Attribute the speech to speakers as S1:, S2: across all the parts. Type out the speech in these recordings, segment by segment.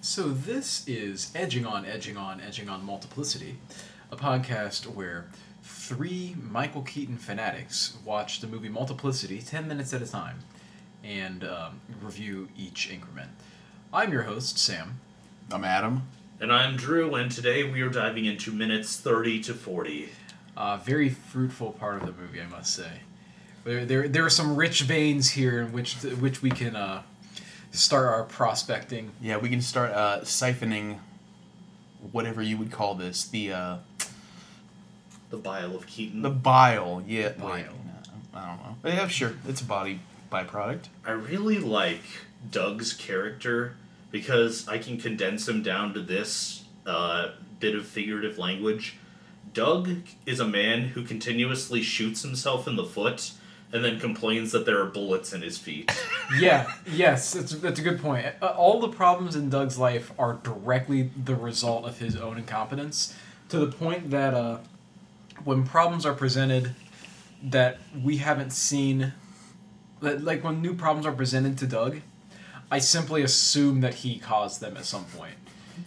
S1: So this is Edging On, Edging On, Edging On Multiplicity, a podcast where three Michael Keaton fanatics watch the movie Multiplicity 10 minutes at a time and um, review each increment. I'm your host, Sam.
S2: I'm Adam.
S3: And I'm Drew, and today we are diving into minutes 30 to 40.
S1: A very fruitful part of the movie, I must say. There, there, there are some rich veins here in which, which we can uh, start our prospecting.
S2: Yeah, we can start uh, siphoning whatever you would call this the uh,
S3: The Bile of Keaton.
S2: the bile. Yeah, wait,
S1: Bile.
S2: no, I don't know. But yeah, sure, it's a body byproduct.
S3: I really like Doug's character because I can condense him down to this uh, bit of figurative language. Doug is a man who continuously shoots himself in the foot and then complains that there are bullets in his feet.
S1: yeah, yes, that's, that's a good point. Uh, All the problems in Doug's life are directly the result of his own incompetence, to the point that uh, when problems are presented that we haven't seen, that, like when new problems are presented to Doug, I simply assume that he caused them at some point.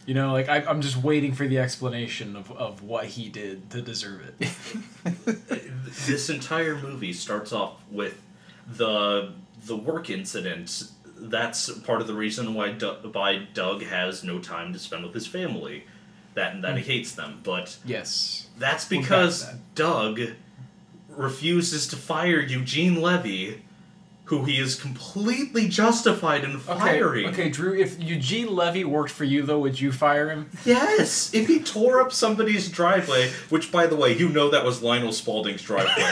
S1: You know, like I, I'm just waiting for the explanation of, of what he did to deserve it.
S3: this entire movie starts off with the the work incident. That's part of the reason why Doug, why Doug has no time to spend with his family. That and that he hates them, but
S1: Yes.
S3: that's
S1: Hmm. We'll get
S3: because
S1: to
S3: Doug refuses to fire Eugene Levy, who he is completely justified in
S1: Okay,
S3: firing.
S1: okay, Drew, if Eugene Levy worked for you, though, would you fire him?
S3: Yes, if he tore up somebody's driveway, which by the way, you know that was Lionel Spaulding's driveway.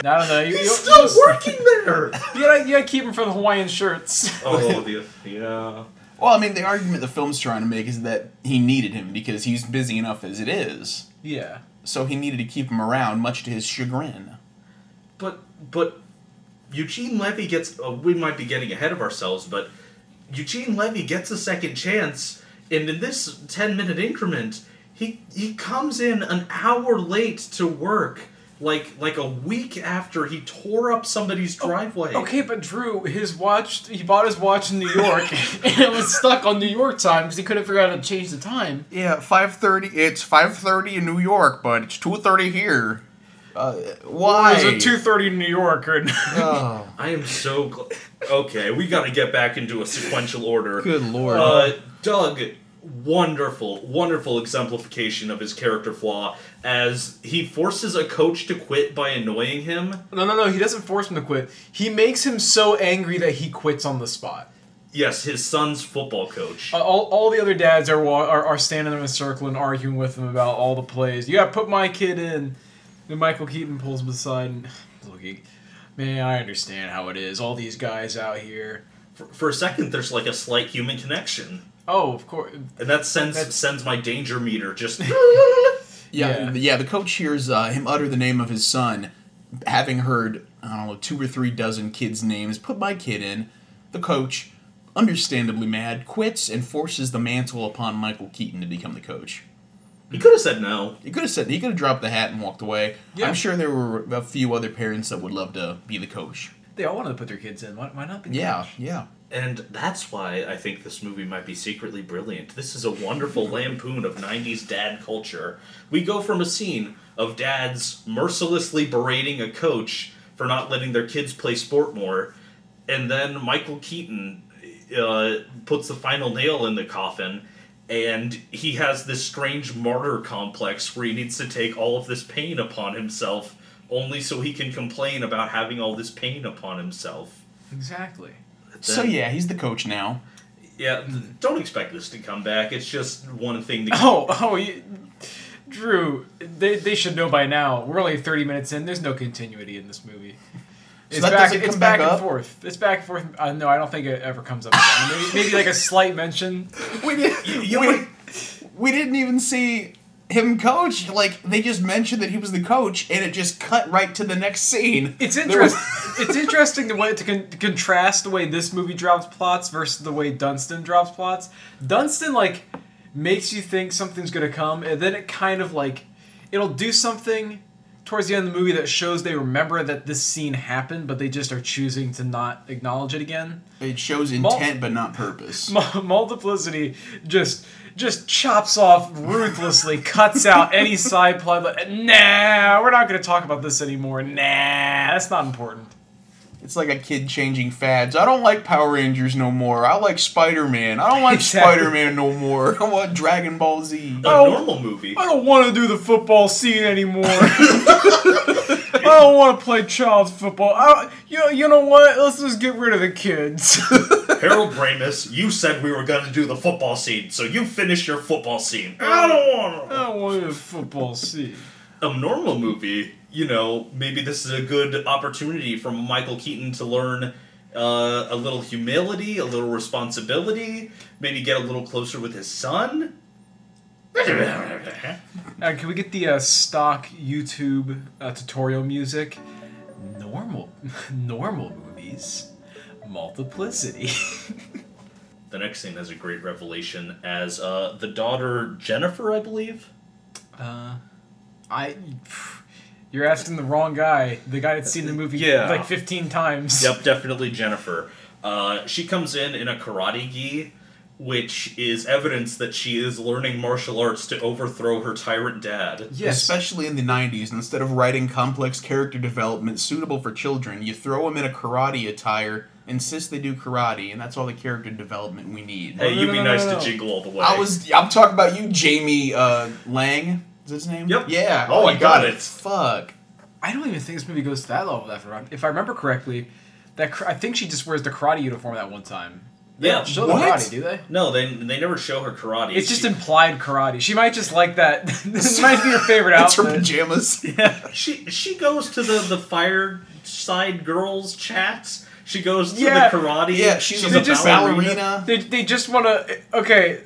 S1: I don't know. You,
S3: He's
S1: you-
S3: still
S1: you-
S3: working there.
S1: You gotta, you gotta keep him for the Hawaiian shirts.
S3: Oh, the, yeah.
S2: Well, I mean, the argument the film's trying to make is that he needed him because he's busy enough as it is,
S1: Yeah.
S2: so he needed to keep him around, much to his chagrin.
S3: But but Eugene Levy gets. Uh, we might be getting ahead of ourselves, but Eugene Levy gets a second chance, and in this ten minute increment, he he comes in an hour late to work, like like a week after he tore up somebody's driveway.
S1: Okay, but Drew, his watch, he bought his watch in New York, and it was stuck on New York time because he couldn't figure out how to change the time.
S2: Yeah, five thirty. It's five thirty in New York, but it's two thirty here. Uh, why?
S1: Is it two thirty in New York or?
S2: Oh,
S3: I am so gl- okay. We got to get back into a sequential order.
S2: good lord.
S3: Uh, Doug, wonderful, wonderful exemplification of his character flaw as he forces a coach to quit by annoying him.
S1: no, no, no. He doesn't force him to quit. He makes him so angry that he quits on the spot.
S3: Yes, his son's football coach.
S1: Uh, all, all the other dads are, wa- are are standing there in a circle and arguing with him about all the plays. You gotta put my kid in. And Michael Keaton pulls him aside and look, he- man, I understand how it is. All these guys out here.
S3: For, for a second, there's like a slight human connection,
S1: Oh, of course.
S3: and that sends
S1: That's-
S3: sends my danger meter just.
S2: Yeah,
S1: Yeah.
S2: yeah. the coach hears uh, him utter the name of his son, having heard I don't know two or three dozen kids' names. Put my kid in. The coach, understandably mad, quits and forces the mantle upon Michael Keaton to become the coach.
S3: he could have said no.
S2: He could have said he could have dropped the hat and walked away.
S1: Yeah.
S2: I'm sure there were a few other parents that would love to be the coach.
S1: They all wanted to put their kids in. Why, why not be?
S2: Yeah, yeah.
S3: And that's why I think this movie might be secretly brilliant. This is a wonderful lampoon of 90s dad culture. We go from a scene of dads mercilessly berating a coach for not letting their kids play sport more, and then Michael Keaton uh, puts the final nail in the coffin. And he has this strange martyr complex where he needs to take all of this pain upon himself, only so he can complain about having all this pain upon himself.
S1: Exactly.
S2: So
S3: Then-
S2: yeah, he's the coach now.
S3: yeah, don't expect this to come back. It's just one thing to.
S1: Oh, oh, you, Drew. They, they should know by now. We're only thirty minutes in. There's no continuity in this movie. It's
S2: that
S1: back.
S2: doesn't
S1: It's
S2: come
S1: back,
S2: back
S1: and
S2: up?
S1: forth. It's back and forth. Uh, no, I don't think it ever comes up. Again. maybe, maybe like a slight mention.
S2: We didn't.
S3: you-
S2: we, we didn't even see him coach. Like they just mentioned that he was the coach, and it just cut right to the next scene.
S1: It's
S2: There was-
S1: interesting. it's interesting the way to con- contrast the way this movie drops plots versus the way Dunstan drops plots. Dunstan like makes you think something's gonna come, and then it kind of like it'll do something towards the end of the movie that shows they remember that this scene happened, but they just are choosing to not acknowledge it again.
S2: It shows
S1: Mul-
S2: intent but not purpose.
S1: Mu- Multiplicity just just chops off ruthlessly, cuts out any side plot. But nah, we're not going to talk about this anymore. Nah, that's not important.
S2: It's like a kid changing fads. I don't like Power Rangers no more. I like Spider Man. I don't like
S1: Exactly.
S2: Spider Man no more. I want Dragon Ball Z.
S3: A
S1: Oh.
S3: normal movie.
S1: I don't want to do the football scene anymore. I don't want to play child's football. I, you, you know what? Let's just get rid of the kids.
S3: Harold Ramis, you said we were going to do the football scene, so you finish your football scene. I don't want
S1: I don't want to do the football scene.
S3: a normal movie, you know, maybe this is a good opportunity for Michael Keaton to learn uh, a little humility, a little responsibility, maybe get a little closer with his son.
S1: Uh, can we get the uh, stock YouTube uh, tutorial music? Normal, normal movies, multiplicity.
S3: The next scene has a great revelation as uh, the daughter Jennifer, I believe.
S1: Uh, I, you're asking the wrong guy. The guy that's seen the movie
S3: Yeah.
S1: like 15 times.
S3: Yep, definitely Jennifer. Uh, she comes in in a karate gi, which is evidence that she is learning martial arts to overthrow her tyrant dad.
S1: Yes.
S2: Especially in the 90s, instead of writing complex character development suitable for children, you throw them in a karate attire, insist they do karate, and that's all the character development we need.
S3: Hey,
S1: no,
S3: you'd
S1: no,
S3: be
S1: no,
S3: nice
S1: no, no.
S3: to jingle all the way.
S2: I was. I'm talking about you, Jamie uh, Lang. Is his name?
S3: Yep.
S2: Yeah.
S3: Oh,
S2: my
S3: you got
S2: God.
S3: it.
S2: Fuck.
S1: I don't even think this movie goes to that level. That far. if I remember correctly, that kar- I think she just wears the karate uniform that one time. They
S3: Yeah,
S1: don't show the
S2: what?
S1: karate, do they?
S3: No, they they never show her karate.
S1: It's just
S3: she,
S1: implied karate. She might just like that. this might be her favorite
S2: That's her
S1: outfit.
S2: pajamas.
S3: she she goes to the the fireside girls chats. She goes to
S1: Yeah.
S3: the karate.
S2: Yeah, she's
S1: They
S2: a
S1: just-
S2: ballerina.
S1: They, they just want to. Okay,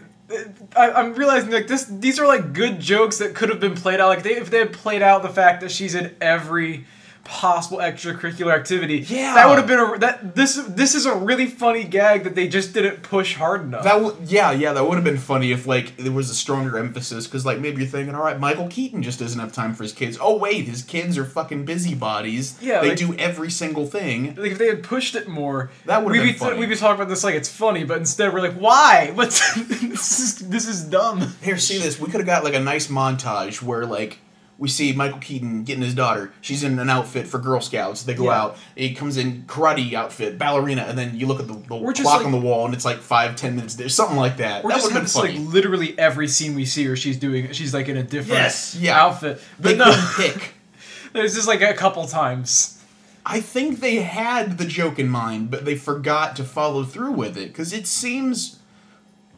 S1: I, I'm realizing like this. These are like good jokes that could have been played out. Like they, if they had played out the fact that she's in every possible extracurricular activity,
S2: Yeah.
S1: that would have been a that this this is a really funny gag that they just didn't push hard enough.
S2: That w- yeah, yeah, that would have been funny if like there was a stronger emphasis because like maybe you're thinking, all right, Michael Keaton just doesn't have time for his kids. Oh wait, his kids are fucking busybodies.
S1: Yeah,
S2: they
S1: like-
S2: do every single thing.
S1: like if they had pushed it more,
S2: That would've
S1: we'd
S2: been
S1: be
S2: funny.
S1: we'd be talking about this like it's funny, but instead we're like, why? What's this is this is dumb.
S2: Here, see this. We could have got like a nice montage where like we see Michael Keaton getting his daughter. She's in an outfit for Girl Scouts. They go
S1: Yeah.
S2: out. He comes in karate outfit, ballerina, and then you look at the, the
S1: Or
S2: clock
S1: just, like-
S2: on the wall, and it's like five, ten minutes. There's something like that.
S1: Or
S2: that
S1: just
S2: would have
S1: have
S2: been
S1: this,
S2: funny.
S1: like literally every scene we see her, she's doing she's like in a different
S3: Yes,
S2: yeah.
S1: outfit.
S2: they
S1: But no,
S2: couldn't pick.
S1: there's just like a couple times.
S2: I think they had the joke in mind, but they forgot to follow through with it because it seems.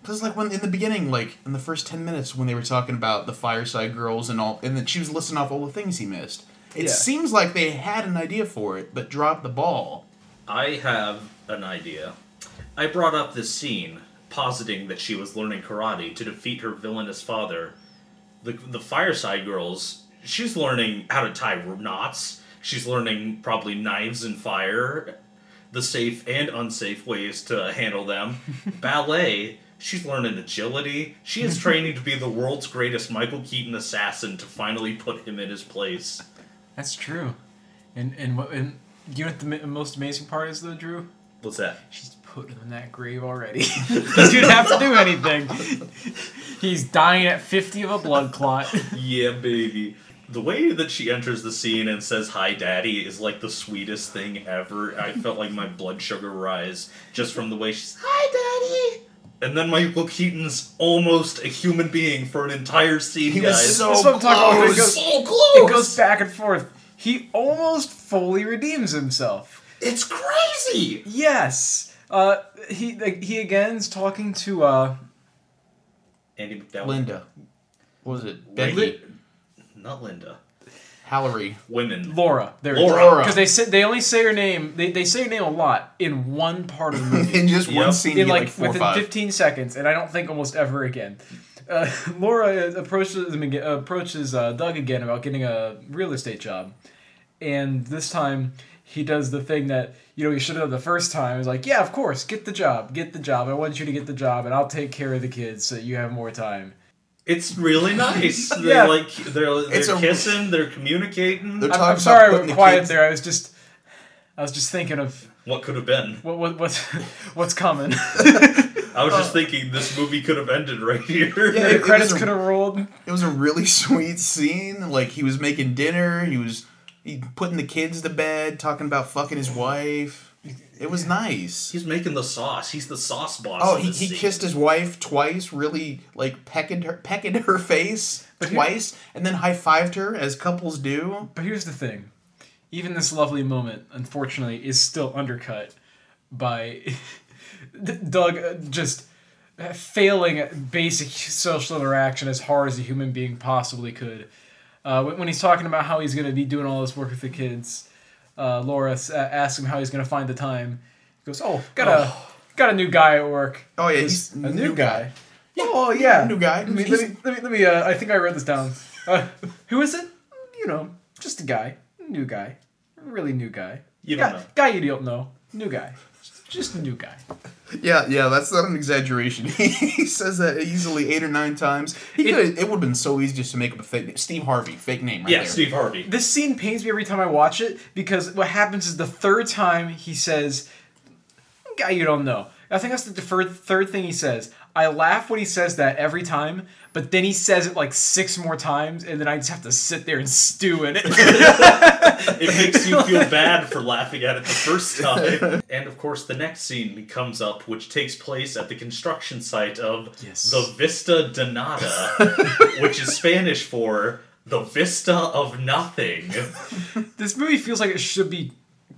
S2: Because like when in the beginning, like in the first ten minutes, when they were talking about the fireside girls and all, and that she was listing off all the things he missed. It
S1: Yeah.
S2: seems like they had an idea for it, but dropped the ball.
S3: I have an idea. I brought up this scene, positing that she was learning karate to defeat her villainous father. The, the Fireside Girls, she's learning how to tie knots. She's learning probably knives and fire, the safe and unsafe ways to handle them. Ballet, she's learning agility. She is training to be the world's greatest Michael Keaton assassin to finally put him in his place.
S1: That's true. And and what and you know what the ma- most amazing part is though, Drew?
S3: What's that?
S1: She's put him in that grave already. Because you didn't have to do anything. He's dying at 50 of a blood clot.
S3: Yeah, baby. The way that she enters the scene and says "Hi, Daddy" is like the sweetest thing ever. I felt like my blood sugar rise just from the way she's "Hi, Daddy," and then Michael Keaton's almost a human being for an entire scene.
S2: He
S3: guys.
S2: was so
S1: That's what I'm
S2: close.
S1: talking about, it goes-
S3: so close.
S1: It goes back and forth. He almost fully redeems himself.
S3: It's crazy.
S1: Yes. Uh, he like, he again's talking to uh,
S3: Andy McDowell.
S2: Linda, what was it?
S3: Wait,
S2: Becky,
S3: not Linda.
S2: Hallery.
S3: Women.
S1: Laura. There it is.
S3: Laura.
S1: Because they say, they only say her name. They, they say her name a lot in one part of the movie.
S2: In just one
S3: Yep.
S2: scene, you
S1: in
S2: get,
S1: like,
S2: like four or
S1: within
S2: five.
S1: 15 seconds, and I don't think almost ever again. Uh, Laura approaches him aga- approaches uh, Doug again about getting a real estate job, and this time he does the thing that you know he should have done the first time. He's like, "Yeah, of course, get the job, get the job. I want you to get the job, and I'll take care of the kids so you have more time."
S3: It's really nice. They're
S1: Yeah.
S3: like they're they're
S2: It's a-
S3: kissing. They're communicating.
S2: They're
S1: I'm,
S2: talking
S1: I'm
S2: about
S1: sorry, I
S2: putting
S1: went
S2: the
S1: quiet
S2: kids-
S1: there. I was just, I was just thinking of
S3: what could have been?
S1: what what what's what's coming.
S3: I was
S2: Oh.
S3: just thinking this movie could have ended right here.
S2: Yeah,
S1: The
S2: it-
S1: credits
S2: was a-
S1: could have rolled.
S2: It was a really sweet scene. Like he was making dinner, he was he putting the kids to bed, talking about fucking his wife. It was nice.
S3: He's making the sauce. He's the sauce boss.
S2: Oh,
S3: in
S2: he,
S3: this
S2: he
S3: scene.
S2: kissed his wife twice, really like pecked her pecked her face
S1: here-
S2: twice, and then high fived her as couples do.
S1: But here's the thing. Even this lovely moment, unfortunately, is still undercut by D- Doug uh, just failing at basic social interaction as hard as a human being possibly could. Uh, when, when he's talking about how he's going to be doing all this work with the kids, uh, Laura s- uh, asks him how he's going to find the time. He goes, "Oh, got a got a new guy at work."
S2: Oh yeah,
S1: Goes,
S2: he's
S1: a new guy. Oh yeah,
S2: new guy.
S1: Let me
S2: He's-
S1: let me let me, let me uh, I think I wrote this down. Uh, who is it? You know, just a guy, new guy, really new guy.
S3: You
S1: guy,
S3: don't know.
S1: guy you don't know, new guy, just a new guy.
S2: Yeah, yeah, that's not an exaggeration. he says that easily eight or nine times. He
S1: It-
S2: could. It would have been so easy just to make up a fake name. Steve Harvey, fake name. Right
S3: Yeah,
S2: there.
S3: Steve Harvey.
S1: This scene pains me every time I watch it because what happens is the third time he says, "Guy you don't know." I think that's the deferred third thing he says. I laugh when he says that every time, but then he says it like six more times, and then I just have to sit there and stew in it.
S3: It makes you feel bad for laughing at it the first time. And of course, the next scene comes up, which takes place at the construction site of
S1: Yes.
S3: the Vista Donata, which is Spanish for the Vista of Nothing.
S1: this movie feels like it should be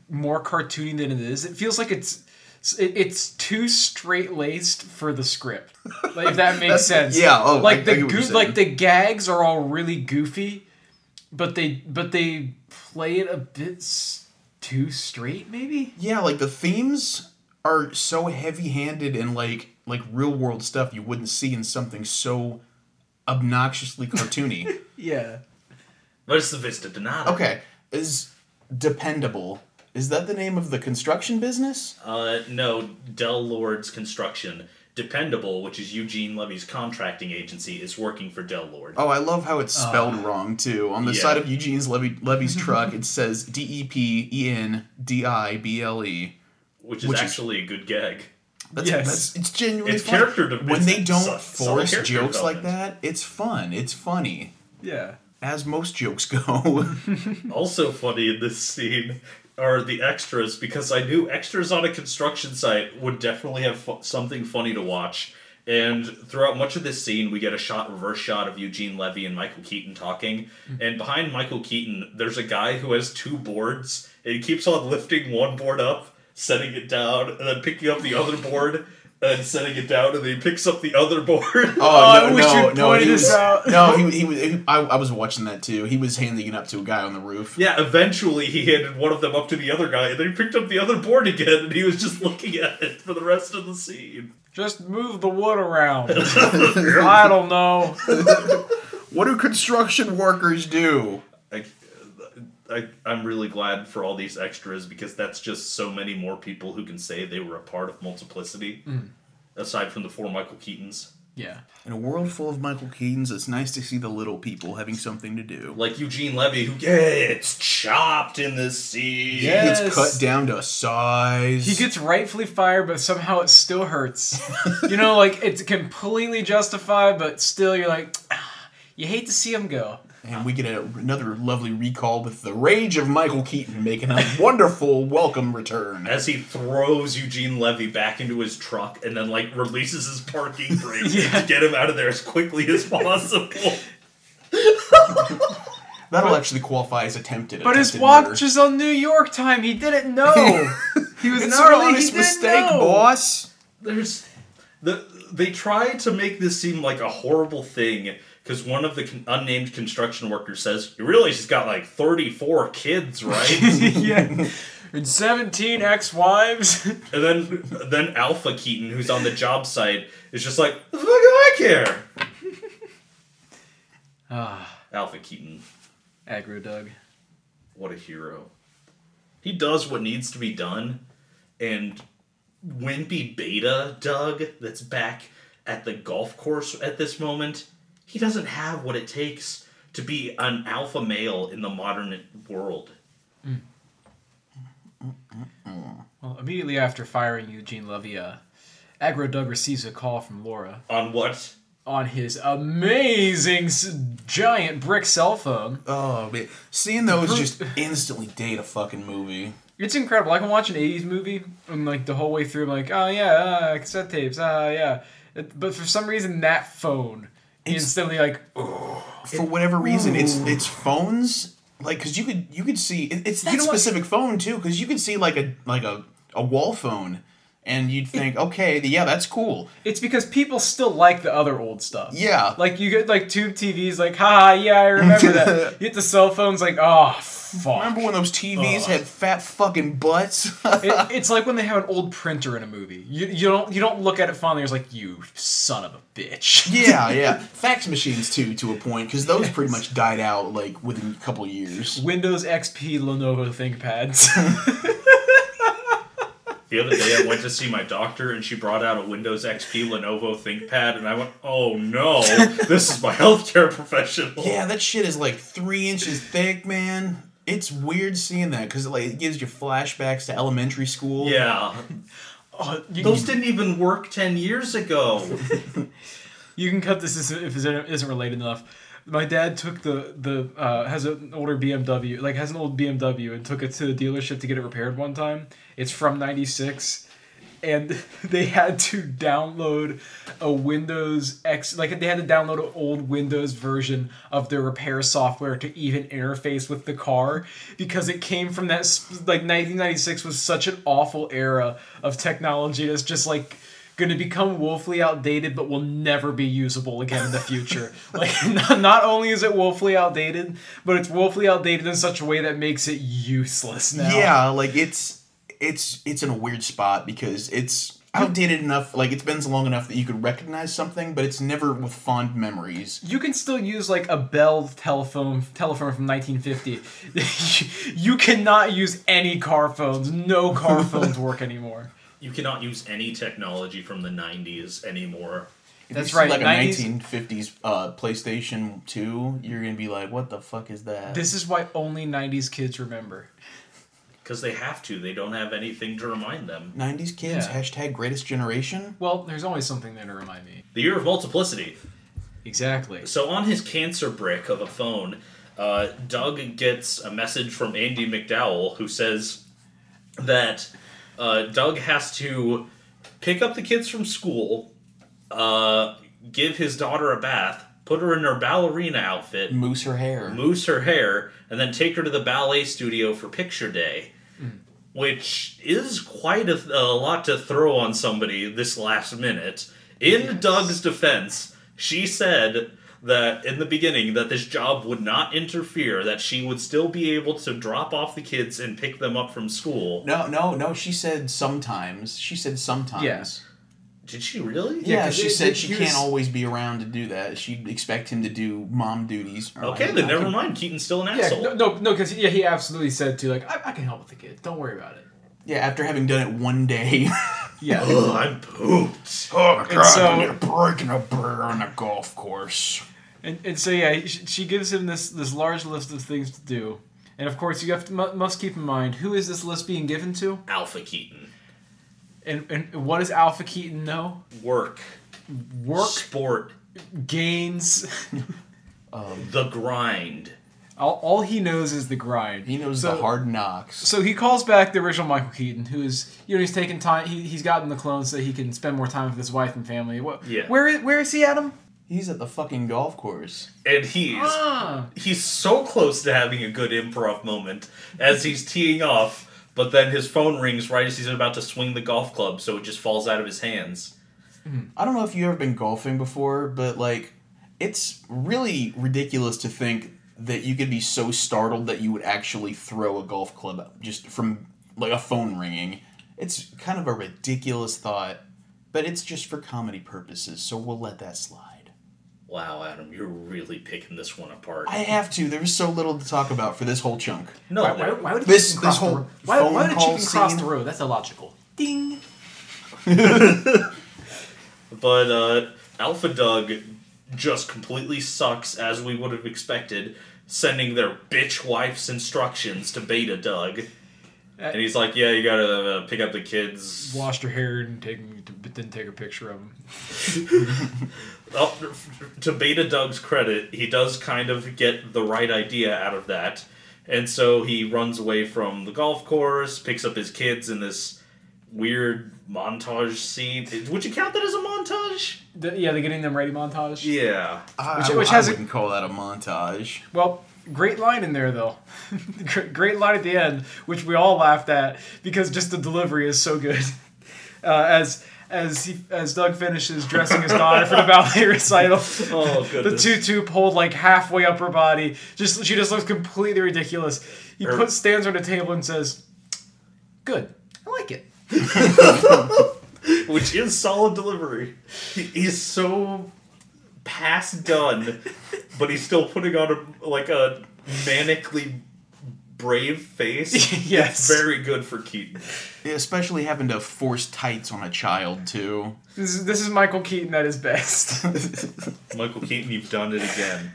S1: more cartoony than it is. It feels like it's it- it's too straight laced for the script. Like if that makes
S2: That's-
S1: sense.
S2: yeah, oh, I- I
S1: like
S2: get
S1: the
S2: what you're
S1: goo-
S2: saying.
S1: like the gags are all really goofy, but they but they play it a bit s- too straight. Maybe
S2: Yeah, like the themes are so heavy-handed and like like real-world stuff you wouldn't see in something so obnoxiously cartoony.
S1: yeah.
S3: But it's the Vista Donata.
S2: okay, is dependable. Is that the name of the construction business?
S3: Uh, no, Dell Lord's Construction. Dependable, which is Eugene Levy's contracting agency, is working for Dell Lord.
S2: Oh, I love how it's spelled wrong too. On the
S3: uh, Yeah.
S2: side of Eugene's Levy, Levy's truck, it says D E P E N D I B L E.
S3: which is
S2: Which is-
S3: actually a good gag.
S2: That's,
S1: Yes.
S2: that's it's genuinely
S3: It's
S2: funny.
S3: character de-
S2: when
S3: it's
S2: they don't
S3: solid- solid
S2: force
S3: character
S2: jokes like
S3: development.
S2: that. It's fun. It's funny,
S1: Yeah.
S2: as most jokes go.
S3: Also funny in this scene are the extras because I knew extras on a construction site would definitely have fu- something funny to watch. And throughout much of this scene, we get a shot, reverse shot of Eugene Levy and Michael Keaton talking.
S2: Mm-hmm.
S3: And behind Michael Keaton, there's a guy who has two boards, and he keeps on lifting one board up, setting it down, and then picking up the other board and setting it down, and then he picks up the other board.
S2: Oh,
S1: Oh, I wish you'd pointed
S2: he
S1: this
S2: was-
S1: out.
S2: No, he, he was. He, I, I was watching that too. He was handing it up to a guy on the roof.
S3: Yeah, eventually he handed one of them up to the other guy, and then he picked up the other board again, and he was just looking at it for the rest of the scene.
S1: Just move the wood around. I don't know.
S2: What do construction workers do?
S3: I, I, I'm really glad for all these extras because that's just so many more people who can say they were a part of multiplicity,
S1: Hmm.
S3: aside from the four Michael Keatons.
S1: Yeah.
S2: In a world full of Michael Keatons, it's nice to see the little people having something to do.
S3: Like Eugene Levy, who gets chopped in this scene.
S1: Yeah.
S2: It's
S1: Yes.
S2: cut down to size.
S1: He gets rightfully fired, but somehow it still hurts. you know, like it's completely justified, but still you're like, "Ah," you hate to see him go.
S2: and we get a, another lovely recall with the rage of Michael Keaton making a wonderful welcome return.
S3: As he throws Eugene Levy back into his truck and then, like, releases his parking brake
S1: Yeah.
S3: to get him out of there as quickly as possible.
S2: That'll actually qualify as attempted.
S1: But his
S2: attempted murder.
S1: watch is on New York time. He didn't know. he was
S2: It's
S1: not
S2: an
S1: really
S2: honest mistake, boss.
S3: there's the they try to make this seem like a horrible thing because one of the con- unnamed construction workers says you realize he's got like 34 kids right
S1: yeah. And 17 ex-wives.
S3: and then then alpha keaton who's on the job site is just like the fuck do i care
S1: ah,
S3: alpha keaton
S1: aggro Doug.
S3: what a hero he does what needs to be done and wimpy beta doug that's back at the golf course at this moment he doesn't have what it takes to be an alpha male in the modern world
S1: Well, immediately after firing Eugene Levy, uh, Agro Doug receives a call from Laura
S3: On what?
S1: on his amazing s- giant brick cell phone.
S2: Oh, man. seeing those just instantly date a fucking movie.
S1: It's incredible. I can watch an 80s movie and like the whole way through I'm like, oh yeah, uh, cassette tapes, ah yeah. It- but for some reason that phone instantly like
S2: For whatever reason, it's it's phones. Like, cause you could you could see it, it's that
S1: know what?
S2: specific phone too, cause you could see like a like a, a wall phone, and you'd think, okay, yeah, that's cool.
S1: it's because people still like the other old stuff.
S2: Yeah.
S1: Like you get like tube TVs like, ha yeah, I remember that. you get the cell phones like, oh fuck.
S2: Remember when those TVs
S1: Ugh.
S2: had fat fucking butts?
S1: it, it's like when they have an old printer in a movie. You, you don't you don't look at it fondly. It's like you son of a bitch.
S2: yeah, yeah. Fax machines too, to a point, because those pretty much died out like within a couple years.
S1: Windows XP Lenovo ThinkPads.
S3: The other day I went to see my doctor and she brought out a Windows XP Lenovo ThinkPad and I went, oh no, this is my healthcare professional.
S2: Yeah, that shit is like three inches thick, man. It's weird seeing that because like it gives you flashbacks to elementary school.
S3: Yeah.
S1: oh, you,
S3: Those didn't even work 10 years ago.
S1: you can cut this as- if it isn't related enough. My dad took the the uh, has an older BMW like has an old BMW and took it to the dealership to get it repaired one time. It's from '96, and they had to download a Windows X like they had to download an old Windows version of their repair software to even interface with the car because it came from that s- like 1996 was such an awful era of technology that's just like going to become woefully outdated but will never be usable again in the future like not, not only is it woefully outdated but it's woefully outdated in such a way that makes it useless now
S2: Yeah, like it's it's it's in a weird spot because it's outdated enough. Like it's been so long enough that you could recognize something, but it's never with fond memories.
S1: you can still use like a Bell telephone telephone from 1950. you cannot use any car phones. No car phones work anymore.
S3: You cannot use any technology from the 90s anymore.
S1: That's
S2: If you see,
S1: right,
S2: Like
S1: 90s
S2: a 1950s uh, PlayStation 2, you're gonna be like, "What the fuck is that?"
S1: This is why only 90s kids remember.
S3: Because they have to, they don't have anything to remind them.
S2: 90s kids
S1: Yeah.
S2: hashtag greatest generation
S1: Well, there's always something there to remind me.
S3: The year of multiplicity.
S1: Exactly.
S3: So on his cancer brick of a phone, uh, Doug gets a message from Andy McDowell who says that uh, Doug has to pick up the kids from school, uh, give his daughter a bath, put her in her ballerina outfit,
S2: moose her hair
S3: mousse her hair, and then take her to the ballet studio for picture day. Which is quite a, a lot to throw on somebody this last minute. In Doug's defense, she said that in the beginning that this job would not interfere, that she would still be able to drop off the kids and pick them up from school.
S2: no no no she said sometimes she said sometimes
S1: Yeah.
S3: Did she really?
S2: Yeah,
S1: 'cause
S2: she
S1: it-
S2: said
S1: it-
S2: she
S1: he
S2: can't
S1: was-
S2: always be around to do that she'd expect him to do mom duties Or
S3: Okay,
S2: like,
S3: then
S2: I
S3: never
S2: could-
S3: mind. Keaton's still an
S1: Yeah,
S3: asshole.
S1: no, no, no, because yeah, he absolutely said too. Like, I, I can help with the kids. Don't worry about it.
S2: yeah after having done it one day
S1: Yeah.
S3: Ugh, I'm pooped.
S2: oh god
S1: so-
S2: break and a burr on a golf course
S1: and, and so yeah, she, she gives him this this large list of things to do, and of course you have to mu- must keep in mind who is this list being given to,
S3: Alpha Keaton.
S1: and and what does Alpha Keaton know?
S3: Work.
S1: Work
S3: Sport.
S1: gains.
S3: The grind.
S1: All, all he knows is the grind.
S2: he knows
S1: so,
S2: the hard knocks
S1: So he calls back the original Michael Keaton, who is you know he's taking time. He, he's gotten the clones so he can spend more time with his wife and family. What?
S3: Yeah.
S1: Where is where is he, Adam?
S2: he's at the fucking golf course
S3: And he's
S1: Ah.
S3: he's so close to having a good improv moment as he's teeing off, but then his phone rings right as he's about to swing the golf club, so it just falls out of his hands.
S2: I don't know if you've ever been golfing before, but like it's really ridiculous to think that you could be so startled that you would actually throw a golf club out just from like a phone ringing. It's kind of a ridiculous thought, but it's just for comedy purposes, so we'll let that slide.
S3: Wow, Adam, you're really picking this one apart.
S2: I have to. There was so little to talk about for this whole chunk.
S3: no,
S1: Why, why, why would this,
S2: This- this
S1: cross
S2: whole
S1: the road? Why, why
S2: phone
S1: would a
S2: call
S1: chicken cross
S2: scene-
S1: the road? That's illogical. Ding.
S3: but uh, Alpha Doug just completely sucks as we would have expected, sending their bitch wife's instructions to Beta Doug. And he's like, "Yeah, you gotta uh, pick up the kids."
S1: Washed her hair and taken, didn't take a picture of him.
S3: Oh, to Beta Doug's credit, he does kind of get the right idea out of that. And so he runs away from the golf course, picks up his kids in this weird montage scene. Would you count that as a montage?
S1: The- yeah, the getting them ready montage.
S3: Yeah.
S2: I,
S1: Which-
S2: I-
S1: which
S2: I
S1: has a-
S2: wouldn't call that a montage.
S1: Well, great line in there though. Gr- great line at the end, which we all laughed at because just the delivery is so good. Uh, as as he, as Doug finishes dressing his daughter for the ballet recital,
S3: Oh
S1: the
S3: goodness.
S1: tutu pulled like halfway up her body. Just she just looks completely ridiculous. He
S3: Er-
S1: puts stands on the table and says, "Good, I like it."
S3: which is solid delivery. He- He's so past done, but he's still putting on a like a manically brave face.
S1: Yes.
S3: Very good for Keaton.
S2: Especially having to force tights on a child too.
S1: This is this is Michael Keaton at his best.
S3: Michael Keaton, you've done it again.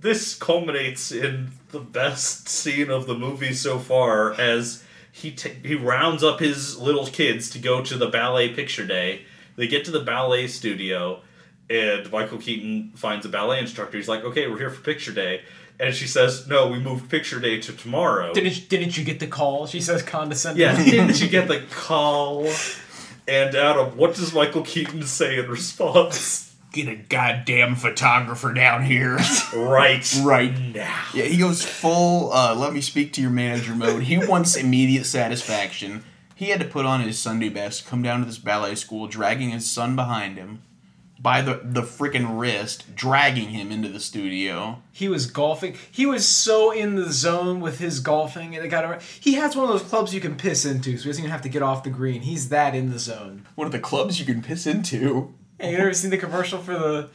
S3: This culminates in the best scene of the movie so far as he ta he rounds up his little kids to go to the ballet picture day. They get to the ballet studio and Michael Keaton finds a ballet instructor. He's like, "Okay, we're here for picture day." And she says, "No, we moved picture day to tomorrow."
S1: didn't didn't you get the call? She says condescendingly.
S3: Yeah, didn't you get the call? And Adam, what does Michael Keaton say in response?
S2: Get a goddamn photographer down here.
S3: Right.
S2: right.
S3: Now.
S2: Yeah, he goes full uh, let me speak to your manager mode. He wants immediate satisfaction. He had to put on his Sunday best, come down to this ballet school, dragging his son behind him by the, the freaking wrist, dragging him into the studio.
S1: He was golfing. He was so in the zone with his golfing. and It got around. He has one of those clubs you can piss into, so he doesn't even have to get off the green. He's that in the zone.
S2: One of the clubs you can piss into.
S1: Hey, you ever seen the commercial for the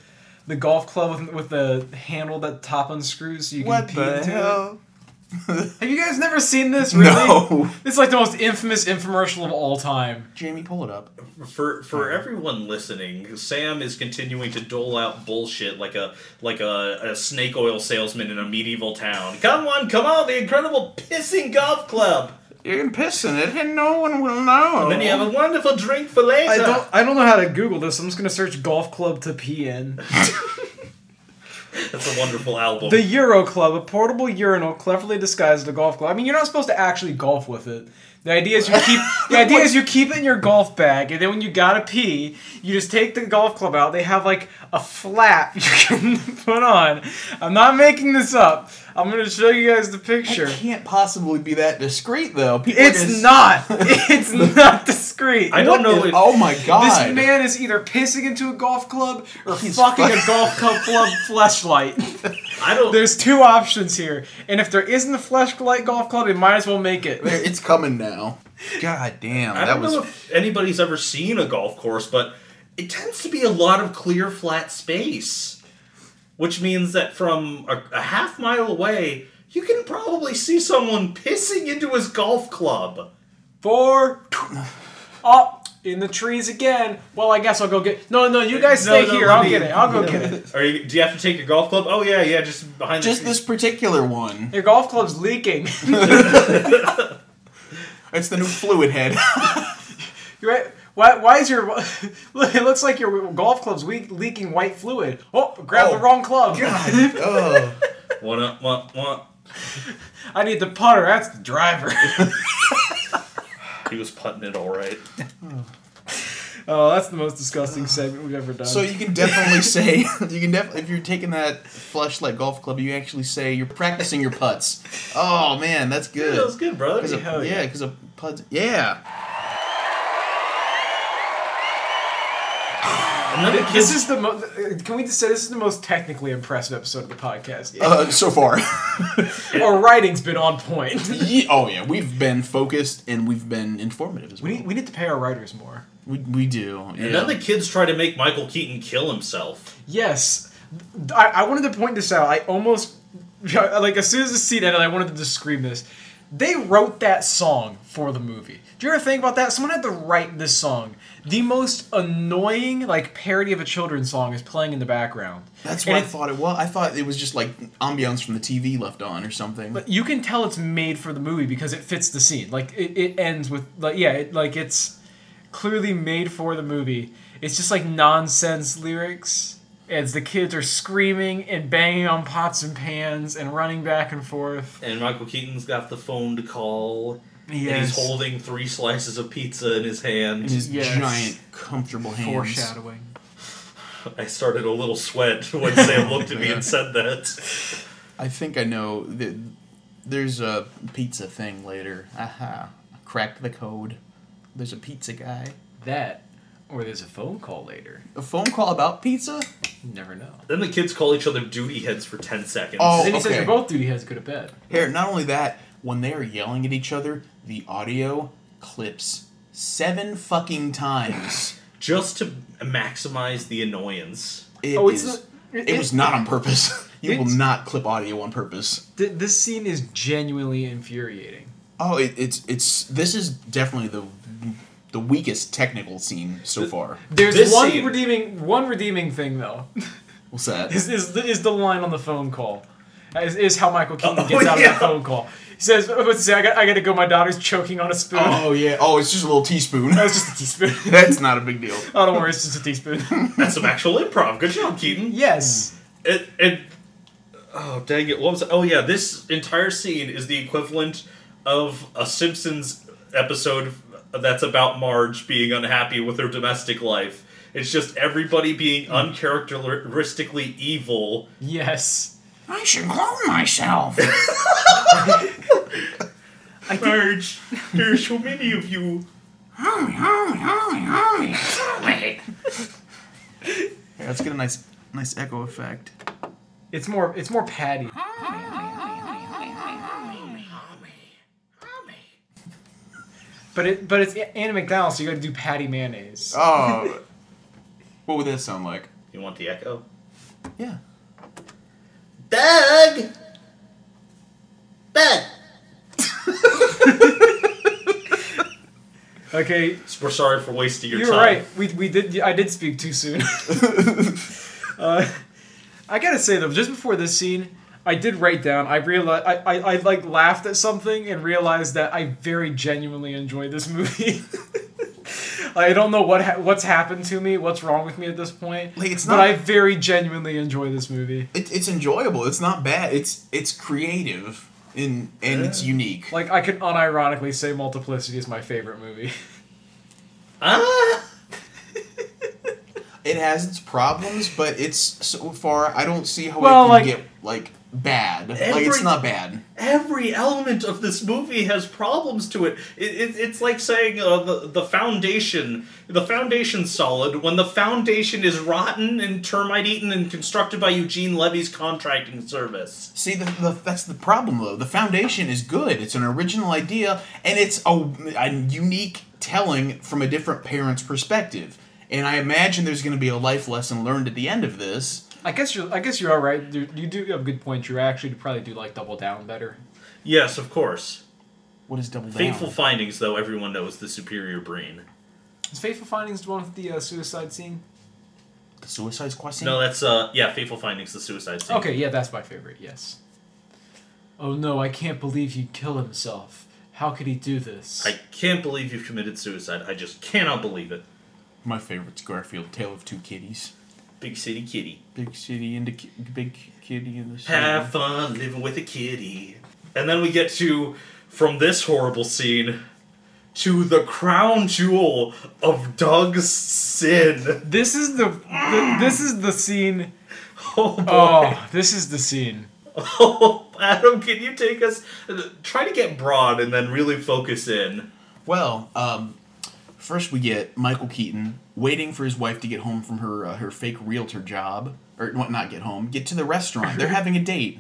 S1: the golf club with, with the handle that top unscrews so you can
S2: What
S1: pee
S2: the
S1: into it?
S2: hell?
S1: Have you guys never seen this? Really?
S2: No.
S1: It's like the most infamous infomercial of all time.
S2: Jamie, pull it up.
S3: For for everyone listening, Sam is continuing to dole out bullshit like a like a, a snake oil salesman in a medieval town. Come on, come on, the incredible pissing golf club.
S2: You can piss in it and no one will know.
S3: And then you have a wonderful drink for later.
S1: I don't. I don't know how to Google this. I'm just gonna search golf club to pee in.
S3: That's a wonderful album.
S1: The Euro Club, a portable urinal cleverly disguised as a golf club. I mean, you're not supposed to actually golf with it. The idea is you keep the idea is you keep it in your golf bag, and then when you gotta pee, you just take the golf club out. They have like a flap you can put on. I'm not making this up. I'm gonna show you guys the picture.
S2: It can't possibly be that discreet though. People
S1: It's
S2: just-
S1: not. It's not discreet.
S3: I don't know
S2: What is-
S3: if
S2: Oh my god.
S1: This man is either pissing into a golf club or
S2: He's
S1: fucking a
S2: fuck-
S1: golf club club flashlight.
S3: I don't.
S1: There's two options here, and if there isn't a flashlight golf club, they might as well make it.
S2: There, it's coming now. God damn,
S3: I
S2: that
S3: don't
S2: was
S3: know if anybody's ever seen a golf course, but it tends to be a lot of clear, flat space, which means that from a, a half mile away, you can probably see someone pissing into his golf club.
S1: Four up in the trees again. Well, I guess I'll go get. No, no, you guys
S3: No,
S1: stay
S3: no,
S1: here.
S3: let
S1: I'll
S3: me-
S1: get it. I'll go get it.
S3: Are you, do you have to take your golf club? Oh yeah, yeah, just behind.
S2: just
S3: the
S2: this particular one.
S1: Your golf club's leaking.
S2: It's the new fluid head.
S1: You right? Why, why is your look, it looks like your golf club's we- leaking white fluid? Oh, grab the
S2: Oh,
S1: wrong club.
S2: oh.
S3: One up, one, one.
S1: I need the putter. That's the driver.
S3: He was putting it all right.
S1: oh, that's the most disgusting segment we've ever done.
S2: So you can definitely say you can definitely if you're taking that flashlight golf club, you actually say you're practicing your putts. Oh man, that's
S3: That was
S2: good.
S3: good, brother.
S2: 'Cause a-
S1: hell yeah.
S2: yeah, because a putt. Yeah,
S3: Another kid.
S1: this is the mo- uh, can we just say this is the most technically impressive episode of the podcast?
S2: uh, so far.
S1: Our writing's been on point.
S2: Ye- oh yeah, we've been focused and we've been informative as well.
S1: We need, we need to pay our writers more.
S2: we, we do.
S3: and
S2: yeah.
S3: then the kids try to make Michael Keaton kill himself.
S1: Yes, I, I wanted to point this out. I almost like as soon as the scene ended, I wanted to just scream this. They wrote that song for the movie. Do you ever think about that? Someone had to write this song. The most annoying like parody of a children's song is playing in the background.
S2: That's
S1: And
S2: what I
S1: it-
S2: thought it was. I thought it was just like ambiance from the TV left on or something.
S1: But you can tell it's made for the movie because it fits the scene. Like it, it ends with like yeah, it, like it's clearly made for the movie. It's just like nonsense lyrics as the kids are screaming and banging on pots and pans and running back and forth.
S3: And Michael Keaton's got the phone to call. And
S1: Yes.
S3: he's holding three slices of pizza in his
S2: in
S3: hand.
S2: his
S1: Yes.
S2: giant, comfortable hands.
S1: Foreshadowing.
S3: I started a little sweat when Sam looked at me and said that.
S2: I think I know that there's a pizza thing later. Aha. I cracked the code. There's a pizza guy.
S1: That or there's a phone call later.
S2: A phone call about pizza?
S1: You never know.
S3: Then the kids call each other duty heads for 10 seconds.
S2: Oh.
S1: And then he says
S2: okay.
S1: you're both duty heads go to bed.
S2: Here, not only that, when they are yelling at each other, the audio clips seven fucking times.
S3: Just to maximize the annoyance.
S2: It
S1: Oh, it's
S2: is-
S1: not- it-
S2: it was not on purpose. you will
S1: It's-
S2: not clip audio on purpose.
S1: Th- this scene is genuinely infuriating.
S2: Oh, it, it's it's this is definitely the the weakest technical scene so far.
S1: There's
S3: This
S1: one
S3: scene-
S1: redeeming one redeeming thing though.
S2: What's that?
S1: is, is, is the line on the phone call. Is, is how Michael Keaton
S3: Oh,
S1: gets out of
S3: yeah.
S1: the phone call. He says, "What's this? I got, I got to go. My daughter's choking on a spoon.
S2: Oh yeah. Oh, it's just a little teaspoon.
S1: That was just a teaspoon.
S2: That's not a big deal.
S1: oh, don't worry, it's just a teaspoon.
S3: That's some actual improv. Good job, Keaton.
S1: yes.
S3: And, and oh dang it, what was? Oh yeah, this entire scene is the equivalent of a Simpsons episode that's about Marge being unhappy with her domestic life. It's just everybody being uncharacteristically evil.
S1: Yes.
S2: I should clone myself.
S3: Marge, there's so many of you.
S2: let's get a nice, nice echo effect.
S1: It's more. It's more Patty. But it. But it's Anna McDonald, so you got to do Patty mayonnaise.
S2: Oh, what would that sound like?
S3: You want the echo?
S2: Yeah.
S3: Doug! Doug! Oh.
S1: Okay.
S3: We're sorry for wasting your
S1: You're
S3: time.
S1: right. We, we did. I did speak too soon. uh, I gotta say though, just before this scene, I did write down. I realized I, I, I like laughed at something and realized that I very genuinely enjoy this movie. I don't know what ha- what's happened to me, what's wrong with me at this point,
S2: Like, it's
S1: but
S2: not-
S1: I very genuinely enjoy this movie.
S2: It, it's enjoyable. It's not bad. It's it's creative and and it's unique.
S1: Like I can unironically say, Multiplicity is my favorite movie.
S3: Ah!
S2: It has its problems, but it's so far I don't see how
S1: Well,
S2: it can
S1: like-
S2: get like bad. like it's
S3: Every-
S2: not bad.
S3: every element of this movie has problems to it. it, it it's like saying uh, the, the foundation, the foundation's solid when the foundation is rotten and termite eaten and constructed by Eugene Levy's contracting service.
S2: See, the, the, that's the problem, though. The foundation is good. It's an original idea, and it's a, a unique telling from a different parent's perspective. And I imagine there's going to be a life lesson learned at the end of this.
S1: I guess you're. I guess you are right. You you do have a good point. You actually probably do like Double Down better.
S3: Yes, of course.
S2: What is double down?
S3: Fateful findings, though everyone knows the superior brain.
S1: Is Faithful Findings the one with the uh, suicide scene?
S2: The Suicide Squad scene?
S3: No, that's uh, yeah, fateful findings, the suicide scene.
S1: Okay, yeah, that's my favorite, yes. Oh no, I can't believe he killed himself. How could he do this?
S3: I can't believe you've committed suicide. I just cannot believe it.
S2: My favorite's Garfield, Tale of Two Kitties.
S3: Big city kitty.
S2: Big city and a ki- big kitty in the city.
S3: Have fun living with a kitty. And then we get to from this horrible scene to the crown jewel of Doug's sin.
S1: This is the, the this is the scene.
S3: Oh boy.
S1: Oh, this is the scene.
S3: Oh. Adam, can you take us? Try to get broad and then really focus in.
S2: Well, um, first we get Michael Keaton waiting for his wife to get home from her uh, her fake realtor job, or what? Not get home. Get to the restaurant. They're having a date.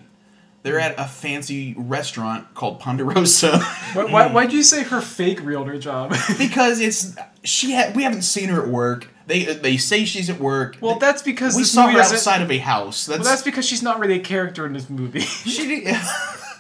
S2: They're at a fancy restaurant called Ponderosa
S1: Why, why, why'd you say her fake realtor job?
S2: because it's she. Ha- we haven't seen her at work. They uh, they say she's at work.
S1: well, that's because
S2: we
S1: this
S2: saw
S1: movie
S2: her
S1: doesn't-
S2: outside of a house. That's,
S1: Well, that's because she's not really a character in this movie.
S2: she. did-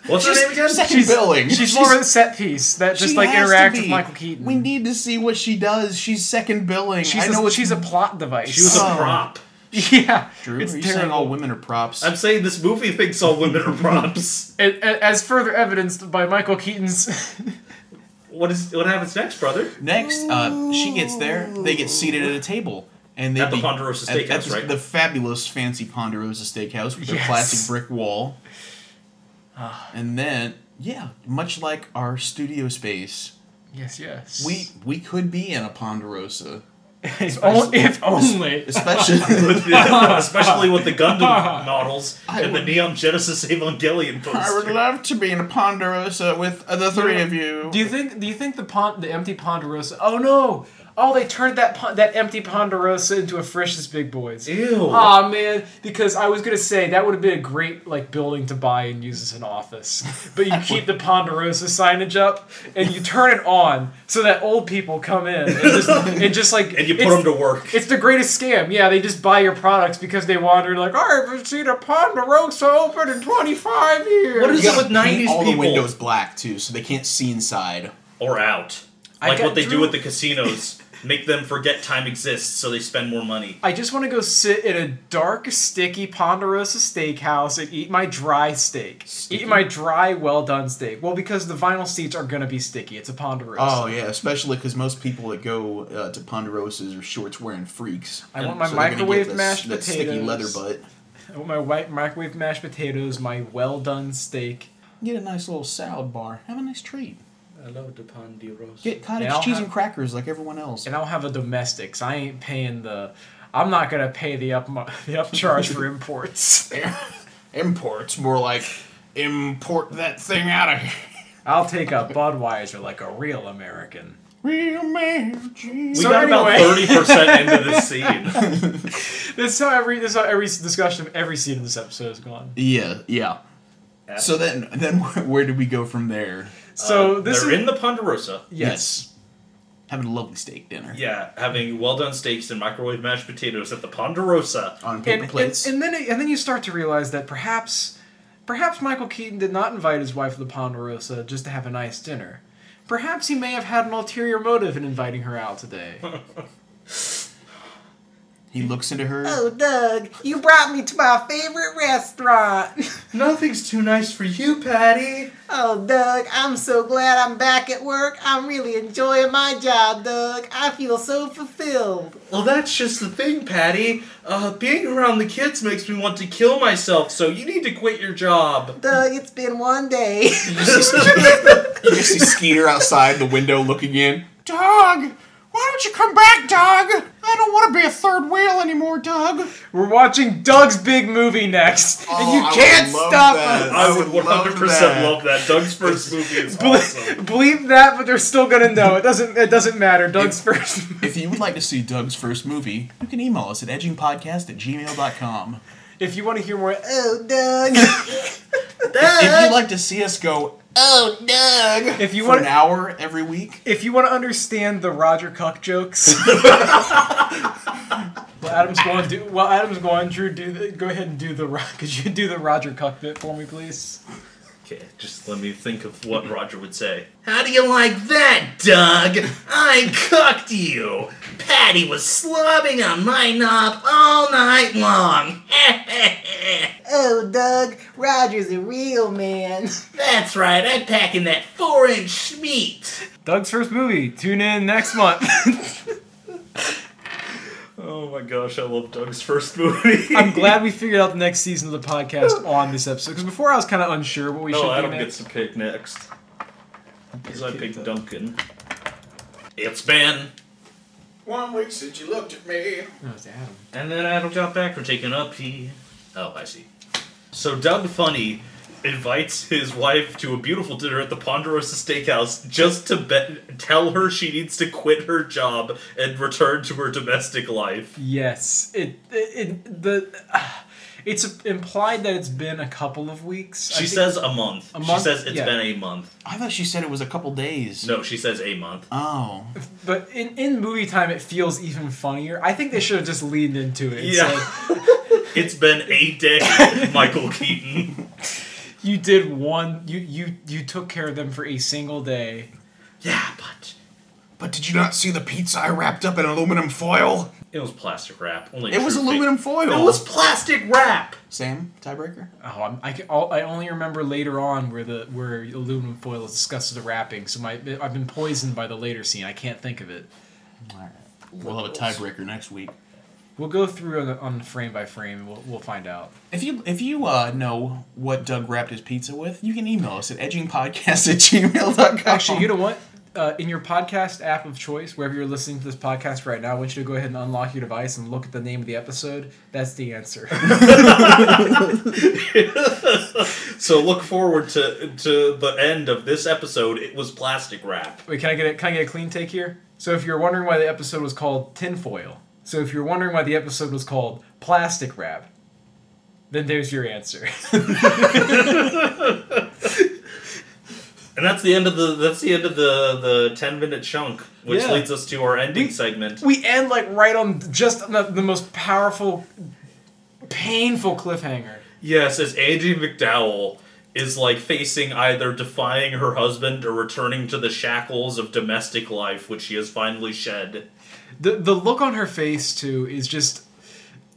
S3: What's her
S2: She's-
S3: name again?
S2: she's-
S3: She-
S1: She's
S2: billing.
S1: She's,
S2: She's-
S1: more of a set piece that just
S2: She
S1: like
S2: has to
S1: interacts
S2: be.
S1: with Michael Keaton.
S2: We need to see what she does. She's second billing.
S1: she's
S2: I know
S1: a,
S2: what
S1: she's a plot device.
S3: She was a
S2: Oh.
S3: prop.
S1: yeah,
S2: Drew,
S1: it's
S2: are you saying
S1: terrible.
S2: all women are props?
S3: I'm saying this movie thinks all women are props.
S1: And- and as further evidenced by Michael Keaton's
S3: what is what happens next, brother?
S2: Next, uh, she gets there. They get seated at a table, and they
S3: At the
S2: be-
S3: Ponderosa
S2: at- at
S3: Steakhouse,
S2: the,
S3: right?
S2: The fabulous, fancy Ponderosa Steakhouse with their
S1: Yes.
S2: classic brick wall. and then, yeah, much like our studio space,
S1: yes, yes.
S2: we we could be in a Ponderosa,
S1: if, on- if only
S2: especially.
S3: Especially with the Gundam models
S2: I
S3: and
S2: would-
S3: the Neon Genesis Evangelion
S2: I would
S3: poster.
S2: love to be in a Ponderosa with the three of you.
S1: Do you think? Do you think the pond, the empty Ponderosa? Oh no! Oh, they turned that pon- that empty Ponderosa into a freshest big boys.
S3: Ew.
S1: Aw man, because I was gonna say that would have been a great like building to buy and use as an office, but you keep the Ponderosa signage up and you turn it on so that old people come in and just, and just like
S3: and you put
S1: it's-
S3: them to work.
S1: It's the greatest scam. Yeah, they just buy your products because they wander like I haven't seen a Ponderosa open in twenty five years.
S3: What is
S2: You gotta
S3: With 90s
S2: paint all the
S3: people.
S2: windows black too, so they can't see inside.
S3: or out.
S1: I
S3: Like
S1: got
S3: what they
S1: Drew-
S3: do at the casinos. Make them forget time exists so they spend more money.
S1: I just want to go sit in a dark, sticky Ponderosa steakhouse and eat my dry steak. Eat my dry, well done steak. Well, because the vinyl seats are gonna be sticky. It's a Ponderosa.
S2: Oh yeah, especially because most people that go uh, to Ponderosas are shorts wearing freaks.
S1: I want my
S2: So they're gonna get
S1: microwave
S2: this-
S1: mashed
S2: that
S1: potatoes.
S2: sticky leather butt.
S1: I want my white microwave mashed potatoes. My well done steak.
S2: Get a nice little salad bar. Have a nice treat.
S3: I love the Ponderosa.
S2: Get cottage
S1: And I'll
S2: cheese
S1: have-
S2: and crackers like everyone else.
S1: And I'll have a domestics. I ain't paying the. I'm not gonna pay the up the upcharge for imports.
S2: Imports more like import that thing out of here.
S1: I'll take a Budweiser like a real American.
S2: Real man,
S3: We
S1: So
S3: got about
S1: anyway-
S3: thirty percent into this scene.
S1: This is how every this is how every discussion of every scene in this episode is gone.
S3: Uh,
S2: Yeah, yeah. So then, then where, where do we go from there?
S1: So this
S3: they're
S1: is
S3: in the Ponderosa.
S1: yes.
S2: having a lovely steak dinner
S3: Yeah, having well done steaks and microwave mashed potatoes at the Ponderosa.
S2: on paper
S1: and, and,
S2: plates.
S1: and then and then you start to realize that perhaps perhaps Michael Keaton did not invite his wife to the Ponderosa just to have a nice dinner. Perhaps he may have had an ulterior motive in inviting her out today.
S2: he looks into her.
S1: Oh.
S4: Oh,
S1: Doug, you brought me to my favorite restaurant.
S3: Nothing's too nice for you, Patty.
S4: Oh, Doug, I'm so glad I'm back at work. I'm really enjoying my job, Doug. I feel so fulfilled.
S3: Well, that's just the thing, Patty. Uh, being around the kids makes me want to kill myself. So you need to quit your job.
S4: Doug, it's been one day.
S2: You see Skeeter outside the window looking in. Dog, why don't you come back, Dog? I don't want to be a third wheel anymore, Dog. And
S1: We're watching Doug's big movie next,
S3: Oh,
S1: and you can't stop us.
S3: I would 100 percent love that. Doug's first movie is awesome.
S1: Bleep that, but they're still gonna know. It doesn't. It doesn't matter. Doug's first.
S2: If you would like to see Doug's first movie, you can email us at edgingpodcast at gmail.com.
S1: If you want to hear more,
S4: Oh, Doug.
S2: If you'd like to see us go
S4: Oh, Doug.
S1: if you
S2: for
S1: want,
S2: an hour every week,
S1: If you want to understand the Roger Cuck jokes, well, Adam's going. Do, well, Adam's going. Drew, do the, go ahead and do the. Ro- Could you do the Roger Cuck bit for me, please?
S3: Okay, just let me think of what Roger would say. How do you like that, Doug? I cooked you! Patty was slobbing on my knob all night long!
S4: Oh, Doug. Roger's a real man.
S3: That's right, I'm packing that four inch meat!
S1: Doug's first movie. Tune in next month.
S3: Oh my gosh, I love Doug's first movie.
S1: I'm glad we figured out the next season of the podcast on this episode because before I was kind of unsure what we
S3: No,
S1: should do
S3: Adam
S1: next.
S3: gets to pick next. Because I picked Duncan. It's Ben!
S2: One week since you looked at me.
S1: No, it's Adam.
S3: And then Adam got back for taking up. He. Oh, I see. So Doug Funny invites his wife to a beautiful dinner at the Ponderosa Steakhouse just to be- tell her she needs to quit her job and return to her domestic life.
S1: Yes, it. It, it the. it's implied that it's been a couple of weeks. I
S3: She
S1: think-
S3: says a month.
S1: A
S3: She
S1: month?
S3: says it's
S1: Yeah.
S3: been a month.
S2: I thought she said it was a couple days.
S3: No, she says a month.
S2: Oh.
S1: But in, in movie time, it feels even funnier. I think they should have just leaned into it. and
S3: Yeah.
S1: said,
S3: It's been a day, Michael Keaton.
S1: you did one. You you you took care of them for a single day.
S3: Yeah, but
S2: But did you not see the pizza I wrapped up in aluminum foil?
S3: it was plastic wrap. Only
S2: It was
S3: true
S2: aluminum
S3: fa-
S2: foil.
S3: It was plastic wrap.
S2: Sam tiebreaker.
S1: Oh, I'm, I, can, all, I only remember later on where the where aluminum foil is discussed as a wrapping. So my I've been poisoned by the later scene. I can't think of it.
S2: We'll have a tiebreaker next week.
S1: We'll go through on, on frame by frame and we'll, we'll find out.
S2: If you if you uh, know what Doug wrapped his pizza with, you can email us at edgingpodcast at gmail.com.
S1: Actually, you know what? Uh, in your podcast app of choice, wherever you're listening to this podcast right now, I want you to go ahead and unlock your device and look at the name of the episode. That's the answer.
S3: So look forward to to the end of this episode. It was plastic wrap.
S1: Wait, can I get a, can I get a clean take here? So if you're wondering why the episode was called tinfoil, so if you're wondering why the episode was called plastic wrap, then there's your answer.
S3: And that's the end of the that's the end of the the ten minute chunk, which
S1: Yeah.
S3: leads us to our ending segment.
S1: we end like right on just on the, the most powerful, painful cliffhanger.
S3: Yes, as Angie McDowell is like facing either defying her husband or returning to the shackles of domestic life, which she has finally shed.
S1: the the look on her face too is just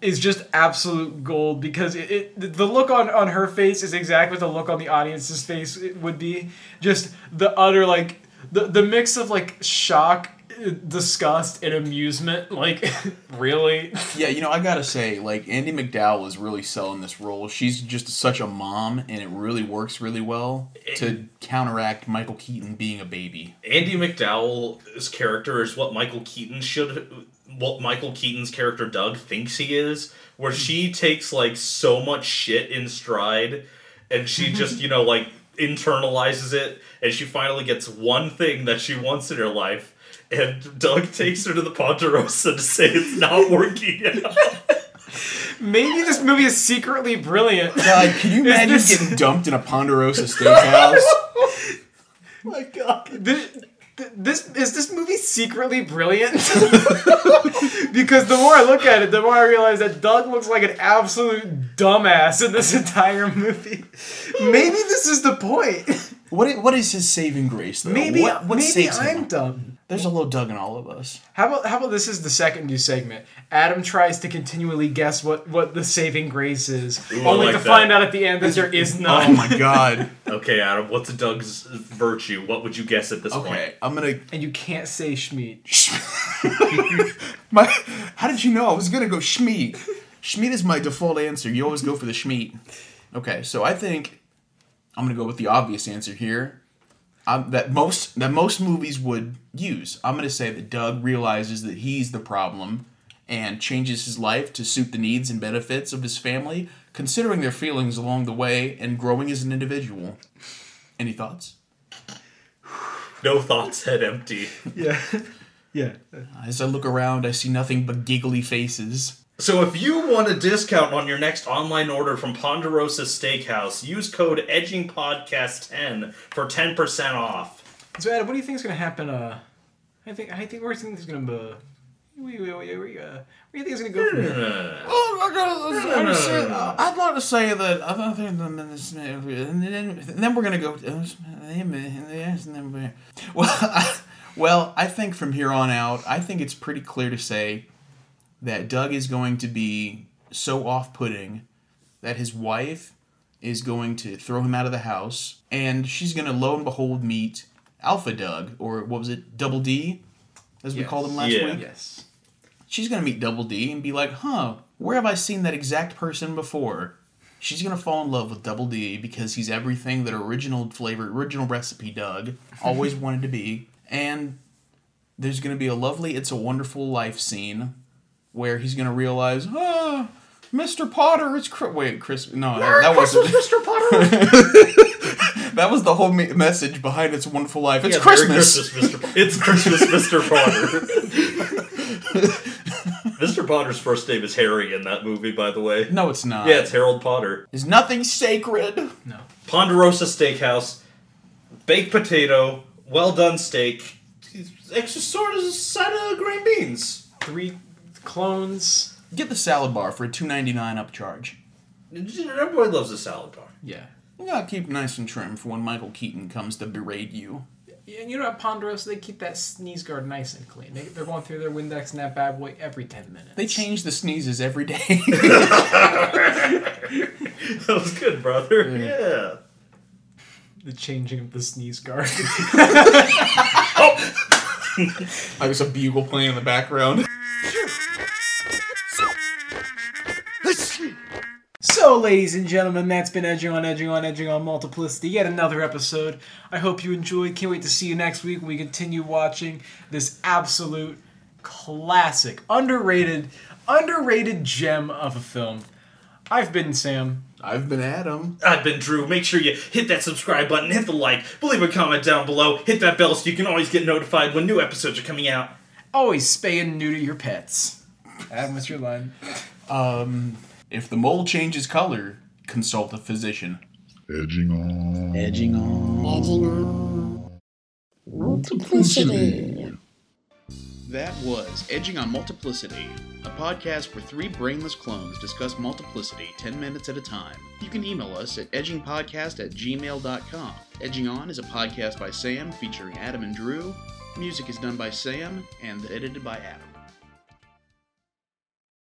S1: is just absolute gold because it, it the look on on her face is exactly what the look on the audience's face it would be just the utter like the the mix of like shock uh, disgust and amusement like really
S2: yeah, you know, I gotta say, like Andy McDowell is really selling this role. She's just such a mom, and it really works really well
S1: Eh.
S2: to counteract Michael Keaton being a baby.
S3: Andy McDowell's character is what Michael Keaton should what Michael Keaton's character Doug thinks he is, where she takes like so much shit in stride and she just, you know, like internalizes it and she finally gets one thing that she wants in her life. And Doug takes her to the Ponderosa to say it's not working out.
S1: maybe this movie is secretly brilliant
S2: God, can you imagine
S1: this-
S2: getting dumped in a Ponderosa steakhouse? my God.
S1: this, this is this movie secretly brilliant because the more I look at it, the more I realize that Doug looks like an absolute dumbass in this entire movie. Maybe this is the point.
S2: What i- what is his saving grace though?
S1: Maybe
S2: what, what
S1: maybe
S2: saves him?
S1: I'm dumb.
S2: There's a little Doug in all of us.
S1: How about how about this is the second new segment? Adam tries to continually guess what what the saving grace is,
S3: Ooh, I
S1: only
S3: like
S1: to
S3: that.
S1: find out at the end that there is none.
S2: Oh my God.
S3: Okay, Adam, what's Doug's virtue? What would you guess at this point?
S2: Okay, I'm gonna
S1: And you can't say Schmeat.
S2: my, how did you know I was gonna go Schmeat? Schmeat is my default answer. You always go for the Schmeat. Okay, so I think I'm gonna go with the obvious answer here. Um, that most that most movies would use. I'm gonna say that Doug realizes that he's the problem and changes his life to suit the needs and benefits of his family, considering their feelings along the way and growing as an individual. Any thoughts?
S3: No thoughts, head empty.
S1: Yeah. Yeah.
S2: As I look around, I see nothing but giggly faces.
S3: So if you want a discount on your next online order from Ponderosa Steakhouse, use code EdgingPodcast10 for 10% off.
S1: So Adam, what do you think is going to happen? Uh, I think I think where do you think is going to be? We, we, we, we, uh, where do you think it's going to go from here?
S3: Uh,
S2: Oh, I gotta, I gotta say, I'd like to say that I don't think the minutes, and then, and then we're gonna go. Well, I, well, I think from here on out, I think it's pretty clear to say that Doug is going to be so off-putting that his wife is going to throw him out of the house, and she's gonna lo and behold meet Alpha Doug, or what was it, Double D, as we
S1: Yes.
S2: called him last
S3: Yeah.
S2: week
S1: Yes.
S2: she's gonna meet Double D and be like, huh, where have I seen that exact person before? She's gonna fall in love with Double D because he's everything that original flavor, original recipe Doug always wanted to be. And there's gonna be a lovely It's a Wonderful Life scene where he's gonna realize, ah, Mr. Potter, it's Chris. Wait, Chris. No, that, that wasn't.
S3: Mr. Potter.
S2: That was the whole me- message behind It's a Wonderful Life. It's
S3: Yeah, Merry
S2: Christmas.
S3: Christmas, Mr. Po- It's Christmas, Mr. Potter. Mr. Potter's first name is Harry in that movie, by the way.
S2: No, it's not.
S3: Yeah, it's Harold Potter.
S2: There's nothing sacred.
S1: No.
S3: Ponderosa Steakhouse, baked potato, well done steak, extra sort of side of green beans.
S1: Three clones.
S2: Get the salad bar for a two ninety nine upcharge.
S3: Everybody loves a salad bar.
S1: Yeah.
S2: You gotta keep nice and trim for when Michael Keaton comes to berate you.
S1: Yeah, and you know at Ponderosa they keep that sneeze guard nice and clean. They, they're going through their Windex and that bad boy every ten minutes.
S2: They change the sneezes every day.
S3: That was good, brother. Yeah.
S1: the changing of the sneeze guard.
S2: I was a bugle playing in the background.
S1: So, ladies and gentlemen, that's been Edging on Edging on Edging on Multiplicity, yet another episode. I hope you enjoyed. Can't wait to see you next week when we continue watching this absolute classic, underrated, underrated gem of a film. I've been Sam.
S2: I've been Adam.
S3: I've been Drew. Make sure you hit that subscribe button, hit the like, leave a comment down below, hit that bell so you can always get notified when new episodes are coming out.
S1: Always spay and neuter your pets. Adam, what's your line?
S2: If the mole changes color, consult a physician.
S5: Edging on.
S2: Edging on.
S6: edging on multiplicity.
S2: That was Edging on Multiplicity, a podcast where three brainless clones discuss multiplicity 10 minutes at a time. You can email us at edgingpodcast at gmail.com. Edging On is a podcast by Sam featuring Adam and Drew. Music is done by Sam and edited by Adam.